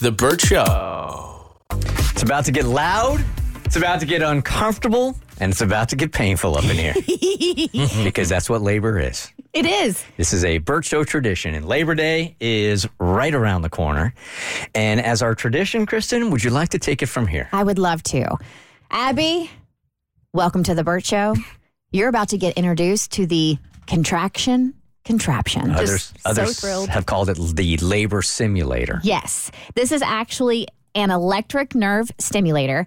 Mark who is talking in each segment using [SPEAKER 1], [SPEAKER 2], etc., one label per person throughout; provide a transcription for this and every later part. [SPEAKER 1] The Burt Show.
[SPEAKER 2] It's about to get loud. It's about to get uncomfortable. And it's about to get painful up in here because that's what labor is.
[SPEAKER 3] It is.
[SPEAKER 2] This is a Burt Show tradition, and Labor Day is right around the corner. And as our tradition, Kristen, would you like to take it from here?
[SPEAKER 3] I would love to. Abby, welcome to the Burt Show. You're about to get introduced to the contraction contraption.
[SPEAKER 2] others
[SPEAKER 3] so
[SPEAKER 2] others
[SPEAKER 3] thrilled.
[SPEAKER 2] have called it the labor simulator.
[SPEAKER 3] Yes. This is actually an electric nerve stimulator.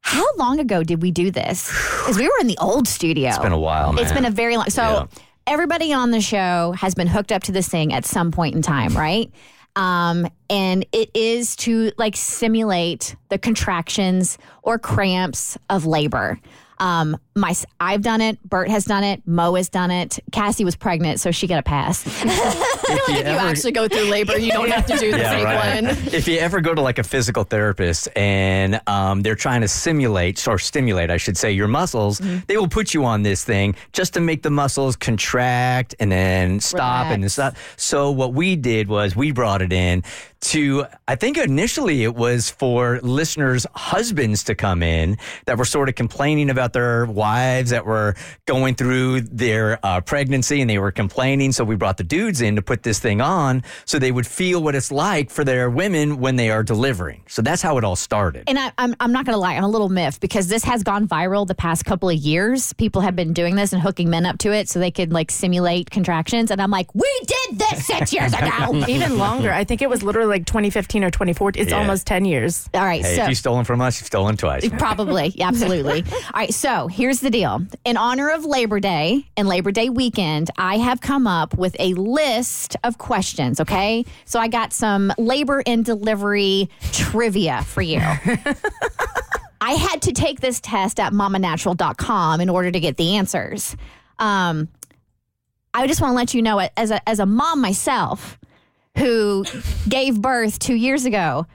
[SPEAKER 3] How long ago did we do this? Because we were in the old studio. It's
[SPEAKER 2] Been a while, Oh, man.
[SPEAKER 3] It's been a very long. So
[SPEAKER 2] Yeah.
[SPEAKER 3] everybody on the show has been hooked up to this thing at some point in time, right? Um, and it is to like simulate the contractions or cramps of labor. Um, my I've done it. Bert has done it. Mo has done it. Cassie was pregnant, so she got a pass.
[SPEAKER 2] if you
[SPEAKER 4] You
[SPEAKER 2] ever-
[SPEAKER 4] actually go through labor. You don't have to do the fake one.
[SPEAKER 2] If you ever go to like a physical therapist and um, they're trying to simulate or stimulate, I should say, your muscles, they will put you on this thing just to make the muscles contract and then stop and then stop. So what we did was we brought it in to I think initially it was for listeners' husbands to come in that were sort of complaining about their wives that were going through their uh, pregnancy and they were complaining. So we brought the dudes in to put this thing on so they would feel what it's like for their women when they are delivering. So that's how it all started.
[SPEAKER 3] and I, I'm, I'm not going to lie, I'm a little miffed because this has gone viral the past couple of years. People have been doing this and hooking men up to it so they could like simulate contractions. And I'm like, we did this six years ago.
[SPEAKER 4] Even longer. I think it was literally like 2015 or 2014. It's
[SPEAKER 2] Yeah.
[SPEAKER 4] almost 10 years.
[SPEAKER 3] All right,
[SPEAKER 2] Hey,
[SPEAKER 3] so
[SPEAKER 2] if you've stolen from us, you've stolen twice.
[SPEAKER 3] Probably. Yeah, absolutely. All right. So here's the deal. In honor of Labor Day and Labor Day weekend, I have come up with a list of questions. Okay. So I got some labor and delivery trivia for you. I had to take this test at mamanatural.com in order to get the answers. Um, I just want to let you know, as a, as a mom myself who gave birth two years ago,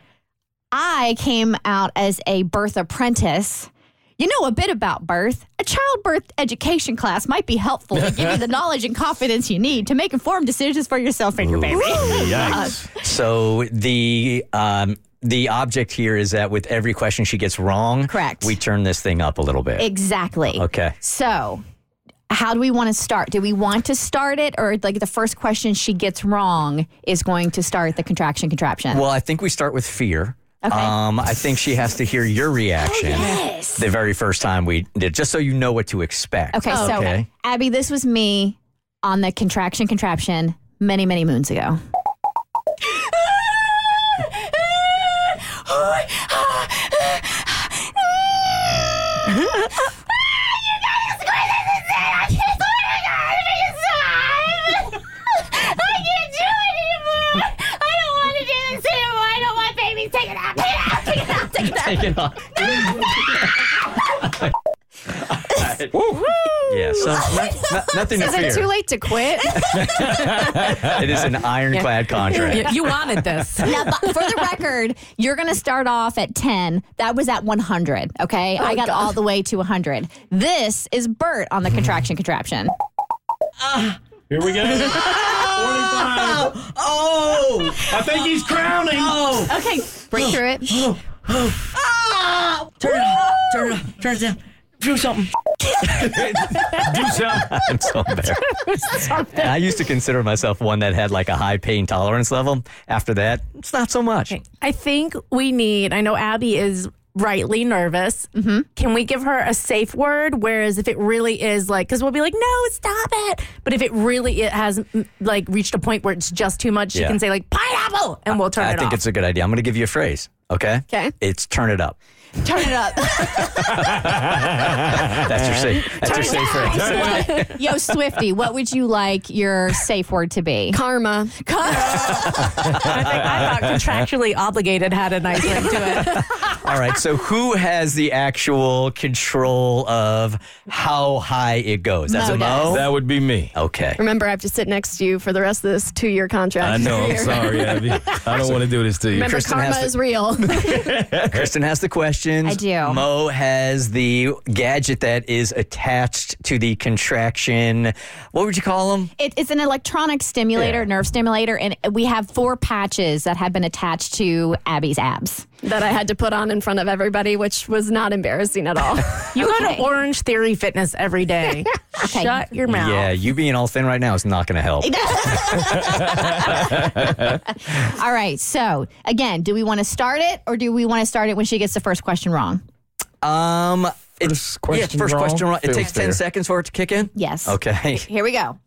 [SPEAKER 3] I came out as a birth apprentice. You know a bit about birth. A childbirth education class might be helpful to give you the knowledge and confidence you need to make informed decisions for yourself and your baby.
[SPEAKER 1] Yikes.
[SPEAKER 2] So the um, the object here is that with every question she gets wrong,
[SPEAKER 3] Correct.
[SPEAKER 2] We turn this thing up a little bit.
[SPEAKER 3] Exactly.
[SPEAKER 2] okay.
[SPEAKER 3] So, how do we want to start? Do we want to start it, or like the first question she gets wrong is going to start the contraction contraption?
[SPEAKER 2] Well, I think we start with fear.
[SPEAKER 3] Okay. Oh,
[SPEAKER 2] Um, I think she has to hear your reaction the very first time we did, just so you know what to expect.
[SPEAKER 3] okay, so
[SPEAKER 2] Okay.
[SPEAKER 3] Abby, this was me on the contraction contraption many, many moons ago.
[SPEAKER 2] Take it off. Woo. Yeah, so no- no- nothing to
[SPEAKER 4] Is it too
[SPEAKER 2] fear.
[SPEAKER 4] late to quit?
[SPEAKER 2] It is an ironclad contract.
[SPEAKER 4] you wanted this.
[SPEAKER 3] Now, but for the record, you're going to start off at 10. That was at 100, okay? I got
[SPEAKER 4] Oh, God.
[SPEAKER 3] all the way to 100. This is Bert on the contraction contraption.
[SPEAKER 5] Ah. Here we go. 45.
[SPEAKER 2] Oh,
[SPEAKER 5] I think he's crowning.
[SPEAKER 3] Oh. Okay, break through it.
[SPEAKER 6] Turn it up. Turn it up. Turn it down. Do something.
[SPEAKER 5] Do something.
[SPEAKER 2] I'm so embarrassed. And I used to consider myself one that had like a high pain tolerance level. After that, it's not so much.
[SPEAKER 4] I think we need, I know Abby is rightly nervous. Mm-hmm. Can we give her a safe word? Whereas if it really is like, because we'll be like, no, stop it. But if it really it has mm, like reached a point where it's just too much, she
[SPEAKER 2] Yeah.
[SPEAKER 4] can say like pineapple and we'll turn
[SPEAKER 2] I
[SPEAKER 4] it
[SPEAKER 2] think
[SPEAKER 4] off.
[SPEAKER 2] it's a good idea. I'm going to give you a phrase. Okay.
[SPEAKER 4] Okay.
[SPEAKER 2] It's turn it up.
[SPEAKER 3] Turn it up.
[SPEAKER 2] That's your safe. That's your safe phrase.
[SPEAKER 3] What- Yo, Swifty, what would you like your safe word to be?
[SPEAKER 4] Karma.
[SPEAKER 3] Con-
[SPEAKER 4] I, think I thought contractually obligated had a nice ring to it.
[SPEAKER 2] All right. So who has the actual control of how high it goes? That's a
[SPEAKER 7] does.
[SPEAKER 2] Mo.
[SPEAKER 1] That would be me.
[SPEAKER 2] okay.
[SPEAKER 7] Remember, I have to sit next to you for the rest of this two-year contract.
[SPEAKER 1] I know. I'm sorry, Abby. I don't want to do this to you.
[SPEAKER 7] Remember,
[SPEAKER 2] Kristen has
[SPEAKER 7] karma
[SPEAKER 2] to-
[SPEAKER 7] is real.
[SPEAKER 2] Kristen has the questions.
[SPEAKER 3] I do.
[SPEAKER 2] Mo has the gadget that is attached to the contraction. What would you call them?
[SPEAKER 3] It, it's an electronic stimulator,
[SPEAKER 2] Yeah.
[SPEAKER 3] nerve stimulator, and we have four patches that have been attached to Abby's abs.
[SPEAKER 7] that I had to put on in front of everybody, which was not embarrassing at all.
[SPEAKER 4] You go
[SPEAKER 3] Okay.
[SPEAKER 4] to Orange Theory Fitness every day.
[SPEAKER 3] Okay.
[SPEAKER 4] Shut your mouth.
[SPEAKER 2] Yeah, you being all thin right now is not going to help.
[SPEAKER 3] All right. So again, do we want to start it, or do we want to start it when she gets the first question wrong?
[SPEAKER 2] Um, it's
[SPEAKER 1] First question
[SPEAKER 2] yeah, first
[SPEAKER 1] wrong,
[SPEAKER 2] question wrong. It
[SPEAKER 1] feels
[SPEAKER 2] takes ten
[SPEAKER 1] fair.
[SPEAKER 2] seconds for it to kick in.
[SPEAKER 3] Yes.
[SPEAKER 2] Okay.
[SPEAKER 3] Here we go.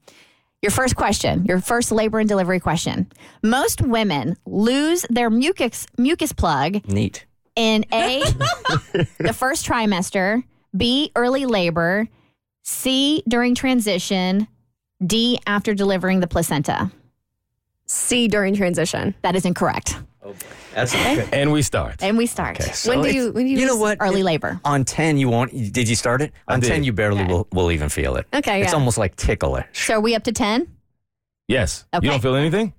[SPEAKER 3] Your first question, your first labor and delivery question. Most women lose their mucus mucus plug
[SPEAKER 2] Neat.
[SPEAKER 3] in A, the first trimester, B, early labor, C, during transition, D, after delivering the placenta.
[SPEAKER 7] C during transition.
[SPEAKER 3] That is incorrect.
[SPEAKER 2] That's okay.
[SPEAKER 1] And we start.
[SPEAKER 3] And we start.
[SPEAKER 2] So
[SPEAKER 7] when do
[SPEAKER 2] it's-
[SPEAKER 7] you? When do you?
[SPEAKER 2] You know
[SPEAKER 7] lose-
[SPEAKER 2] what?
[SPEAKER 3] Early labor.
[SPEAKER 2] on 10 you won't did you start it on 10
[SPEAKER 1] did.
[SPEAKER 2] you barely will, will even feel it
[SPEAKER 7] Okay,
[SPEAKER 2] it's
[SPEAKER 7] yeah.
[SPEAKER 2] almost like ticklish
[SPEAKER 3] So are we up to 10?
[SPEAKER 1] Yes.
[SPEAKER 3] Okay.
[SPEAKER 1] You don't feel anything?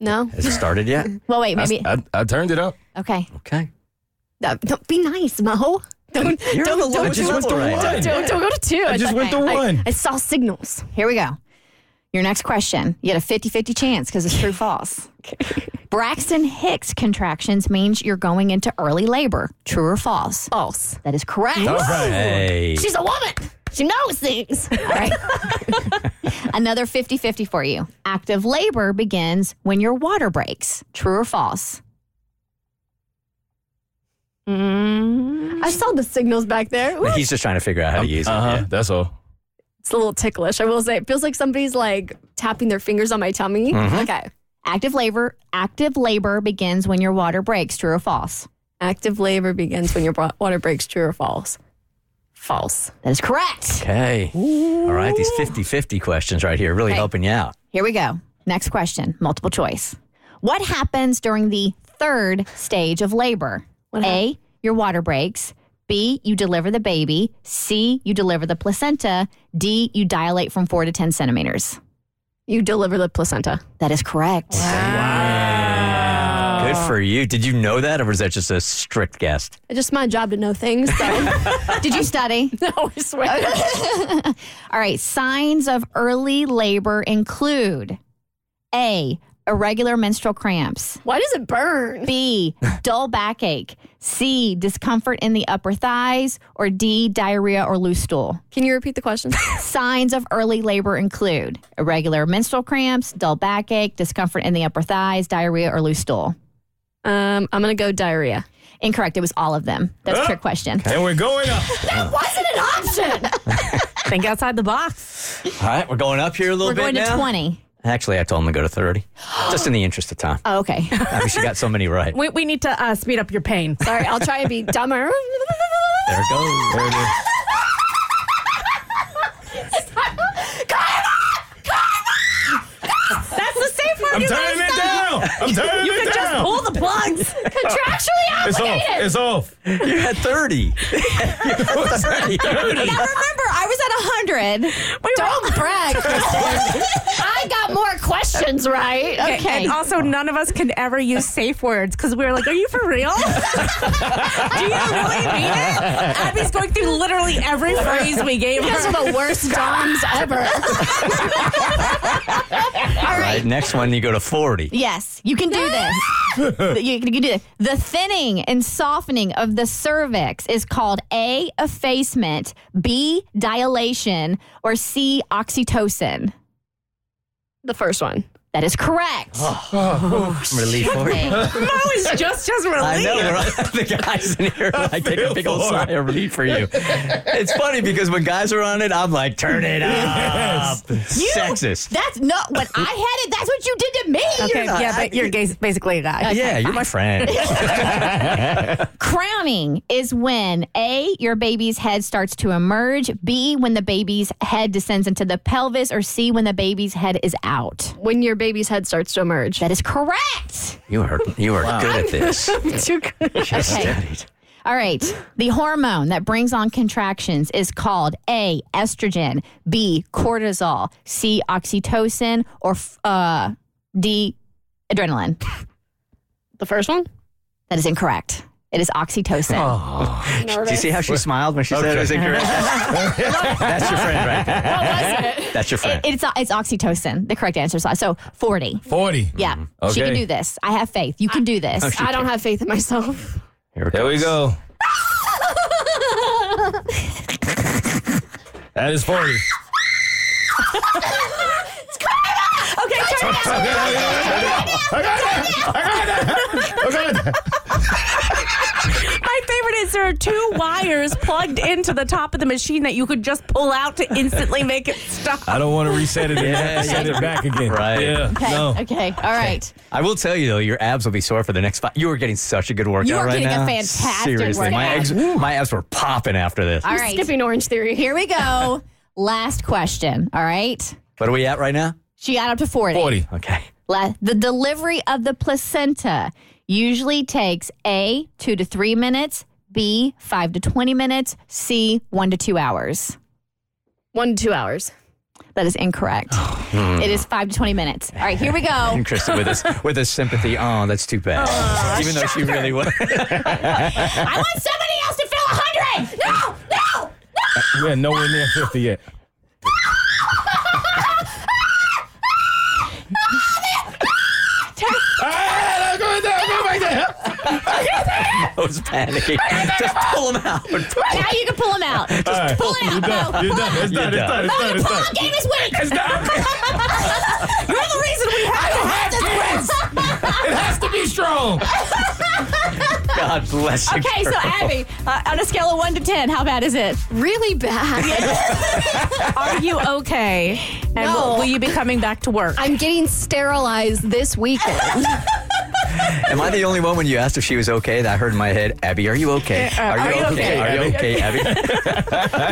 [SPEAKER 7] No.
[SPEAKER 2] has it started yet
[SPEAKER 3] Well, wait,
[SPEAKER 1] I s-
[SPEAKER 3] maybe.
[SPEAKER 1] I, I turned it up.
[SPEAKER 3] Okay.
[SPEAKER 2] okay
[SPEAKER 7] No, don't be nice, Mo. Don't
[SPEAKER 2] You're on
[SPEAKER 7] don't,
[SPEAKER 2] the
[SPEAKER 7] don't,
[SPEAKER 2] lowest
[SPEAKER 7] don't,
[SPEAKER 2] level right
[SPEAKER 7] don't,
[SPEAKER 2] now.
[SPEAKER 7] don't- don't go to two.
[SPEAKER 1] I just went to
[SPEAKER 7] I-
[SPEAKER 1] one.
[SPEAKER 7] I saw signals.
[SPEAKER 3] Here we go. Your next question. You had a 50 50 chance because it's true false. Braxton Hicks contractions means you're going into early labor. True or false?
[SPEAKER 7] False.
[SPEAKER 3] That is correct.
[SPEAKER 1] All right.
[SPEAKER 2] hey
[SPEAKER 7] She's a woman. She knows things.
[SPEAKER 3] All right. Another 50 50 for you. Active labor begins when your water breaks. True or false?
[SPEAKER 7] I saw the signals back there. Ooh,
[SPEAKER 2] he's just trying to figure out how to use it
[SPEAKER 1] Uh-huh.
[SPEAKER 2] yeah.
[SPEAKER 1] That's all.
[SPEAKER 7] it's a little ticklish. I will say, it feels like somebody's like tapping their fingers on my tummy.
[SPEAKER 2] Mm-hmm.
[SPEAKER 7] Okay.
[SPEAKER 3] Active labor active labor begins when your water breaks. True or false?
[SPEAKER 7] Active labor begins when your bra- water breaks. True or false? False.
[SPEAKER 3] That is correct.
[SPEAKER 2] okay all right these 50-50 questions right here really helping you out
[SPEAKER 3] Here we go. Next question, multiple choice. What happens during the third stage of labor? A, your water breaks. B, you deliver the baby. C, you deliver the placenta. D, you dilate from four to 10 centimeters.
[SPEAKER 7] You deliver the placenta.
[SPEAKER 3] That is correct. Oh.
[SPEAKER 2] good for you did you know that or was that just a strict guess
[SPEAKER 7] It's just my job to know things. So.
[SPEAKER 3] Did you study?
[SPEAKER 7] no, I swear.
[SPEAKER 3] All right. Signs of early labor include A, irregular menstrual cramps.
[SPEAKER 7] Why does it burn?
[SPEAKER 3] B, dull backache. C, discomfort in the upper thighs. Or D, diarrhea or loose stool.
[SPEAKER 7] Can you repeat the question?
[SPEAKER 3] Signs of early labor include irregular menstrual cramps, dull backache, discomfort in the upper thighs, diarrhea, or loose stool.
[SPEAKER 7] um, I'm gonna go diarrhea.
[SPEAKER 3] Incorrect. It was all of them. That's a trick question.
[SPEAKER 1] And we're going up.
[SPEAKER 7] Wasn't an option.
[SPEAKER 4] Think outside the box.
[SPEAKER 2] all right we're going up here a little
[SPEAKER 3] We're
[SPEAKER 2] bit
[SPEAKER 3] going
[SPEAKER 2] now
[SPEAKER 3] to 20.
[SPEAKER 2] actually i told him to go to 30 just in the interest of time
[SPEAKER 3] Oh, okay.
[SPEAKER 2] i mean she got so many right
[SPEAKER 4] We, we need to uh, speed up your pain.
[SPEAKER 7] Sorry, I'll try and be dumber.
[SPEAKER 2] there it goes
[SPEAKER 1] There it is.
[SPEAKER 4] That's the safe word.
[SPEAKER 1] I'm
[SPEAKER 4] you guys
[SPEAKER 1] turning it
[SPEAKER 4] said.
[SPEAKER 1] down. I'm turning
[SPEAKER 4] You
[SPEAKER 1] it
[SPEAKER 4] can just
[SPEAKER 1] down.
[SPEAKER 4] pull the plugs. Contractually
[SPEAKER 1] it's off. It's off.
[SPEAKER 2] you had 30 30
[SPEAKER 3] Now remember, I was at 100. Don't brag. I got more questions right. Okay.
[SPEAKER 4] And also, none of us can ever use safe words because we were like, "Are you for real? Do you really mean it?" Abby's going through literally every phrase we gave
[SPEAKER 7] Those
[SPEAKER 4] her.
[SPEAKER 7] are the worst doms ever.
[SPEAKER 3] All right.
[SPEAKER 2] Right, next one you go to 40.
[SPEAKER 3] Yes, you can do this. you, you can do this. The thinning and softening of the cervix is called A, effacement, B, dilation, or C, oxytocin.
[SPEAKER 7] The first one.
[SPEAKER 3] That is correct.
[SPEAKER 2] Relief for you.
[SPEAKER 4] Mo is just as relieved.
[SPEAKER 2] I know. We're all, the guys in here are like take a big old sigh of relief for you. It's funny because when guys are on it, I'm like, turn it up. Sexist.
[SPEAKER 3] That's not what I had it. That's what you did to me.
[SPEAKER 4] Okay,
[SPEAKER 3] You're not-
[SPEAKER 4] yeah, but you're gay- basically a guy.
[SPEAKER 2] yeah, you're my friend.
[SPEAKER 3] Crowning is when A, your baby's head starts to emerge, B, when the baby's head descends into the pelvis, or C, when the baby's head is out.
[SPEAKER 7] When your baby's head starts to emerge.
[SPEAKER 3] That is correct.
[SPEAKER 2] You are you are good at this.
[SPEAKER 7] Too good.
[SPEAKER 3] Okay. All right. The hormone that brings on contractions is called A, estrogen, B, cortisol, C, oxytocin, or f- uh, D, adrenaline.
[SPEAKER 7] The first one?
[SPEAKER 3] That is incorrect. It is oxytocin.
[SPEAKER 1] Oh,
[SPEAKER 2] Do you see how she smiled when she said it was incorrect? That's your friend right there. That's your friend.
[SPEAKER 3] It- it's it's oxytocin. The correct answer is so forty.
[SPEAKER 1] 40.
[SPEAKER 3] Yeah, she can
[SPEAKER 1] Mm-hmm. Okay.
[SPEAKER 3] do this. I have faith. You can do this.
[SPEAKER 7] I don't have faith in myself.
[SPEAKER 2] Here it
[SPEAKER 1] There we
[SPEAKER 2] goes.
[SPEAKER 1] go. that is 40.
[SPEAKER 3] Okay, turn it
[SPEAKER 1] I
[SPEAKER 3] down.
[SPEAKER 1] got it. I got it. I got it. I got it.
[SPEAKER 4] My favorite is there are two wires plugged into the top of the machine that you could just pull out to instantly make it stop.
[SPEAKER 1] I don't want to reset it and have to
[SPEAKER 2] Yeah,
[SPEAKER 1] set it back again.
[SPEAKER 2] Right.
[SPEAKER 1] Yeah.
[SPEAKER 3] Okay,
[SPEAKER 1] No.
[SPEAKER 3] okay, all right.
[SPEAKER 2] I will tell you though, your abs will be sore for the next five. You are getting such a good workout
[SPEAKER 3] You are
[SPEAKER 2] right
[SPEAKER 3] getting a
[SPEAKER 2] now.
[SPEAKER 3] fantastic
[SPEAKER 2] Seriously, my
[SPEAKER 3] workout.
[SPEAKER 2] abs, my abs were popping after this.
[SPEAKER 3] All right.
[SPEAKER 7] Skipping Orange Theory.
[SPEAKER 3] Here we go. Last question. All right.
[SPEAKER 2] What are we at right now?
[SPEAKER 3] She got up to 40.
[SPEAKER 1] 40.
[SPEAKER 2] Okay.
[SPEAKER 3] La- the delivery of the placenta usually takes A, two to three minutes, B, five to 20 minutes, C, one to two hours.
[SPEAKER 7] One to two hours.
[SPEAKER 3] That is incorrect.
[SPEAKER 1] Hmm.
[SPEAKER 3] it is five to 20 minutes. All right, here we go.
[SPEAKER 2] And Kristen with us with a sympathy. Oh, that's too bad. Even though she really was.
[SPEAKER 3] I want somebody else to fill 100. No, no, no.
[SPEAKER 1] We're nowhere near 50 yet. Ah, go back there, go back there.
[SPEAKER 2] I was panicking. Just pull them out.
[SPEAKER 3] Now you can pull him out. Just
[SPEAKER 1] All right.
[SPEAKER 3] pull it out,
[SPEAKER 1] You're done.
[SPEAKER 3] Mo.
[SPEAKER 1] You're done. It's
[SPEAKER 2] You're
[SPEAKER 1] done. It's
[SPEAKER 2] done.
[SPEAKER 1] done. It's
[SPEAKER 3] Mo, your
[SPEAKER 1] done. It's
[SPEAKER 3] pull
[SPEAKER 1] done.
[SPEAKER 3] out game is weak.
[SPEAKER 1] It's done.
[SPEAKER 3] You're the reason we have to have this win.
[SPEAKER 1] It has to be strong.
[SPEAKER 2] God bless you.
[SPEAKER 3] Okay, so
[SPEAKER 2] girl.
[SPEAKER 3] Abby, uh, on a scale of one to ten, how bad is it?
[SPEAKER 7] Really bad.
[SPEAKER 4] Are you okay? And
[SPEAKER 7] No.
[SPEAKER 4] will you be coming back to work?
[SPEAKER 7] I'm getting sterilized this weekend.
[SPEAKER 2] Am I the only one when you asked if she was okay that I heard in my head, Abby, are you okay?
[SPEAKER 4] Uh,
[SPEAKER 2] Are you okay? Are you okay, Abby?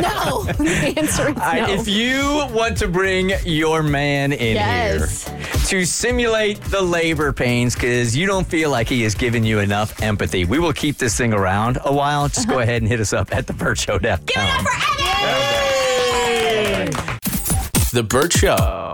[SPEAKER 7] no. The answer
[SPEAKER 2] All
[SPEAKER 7] is
[SPEAKER 2] right,
[SPEAKER 7] no.
[SPEAKER 2] If you want to bring your man in
[SPEAKER 7] Yes.
[SPEAKER 2] here to simulate the labor pains because you don't feel like he has given you enough empathy, we will keep this thing around a while. Just go ahead and hit us up at the Bird Show. Give
[SPEAKER 3] Give it up for Abby!
[SPEAKER 8] The Burt Show.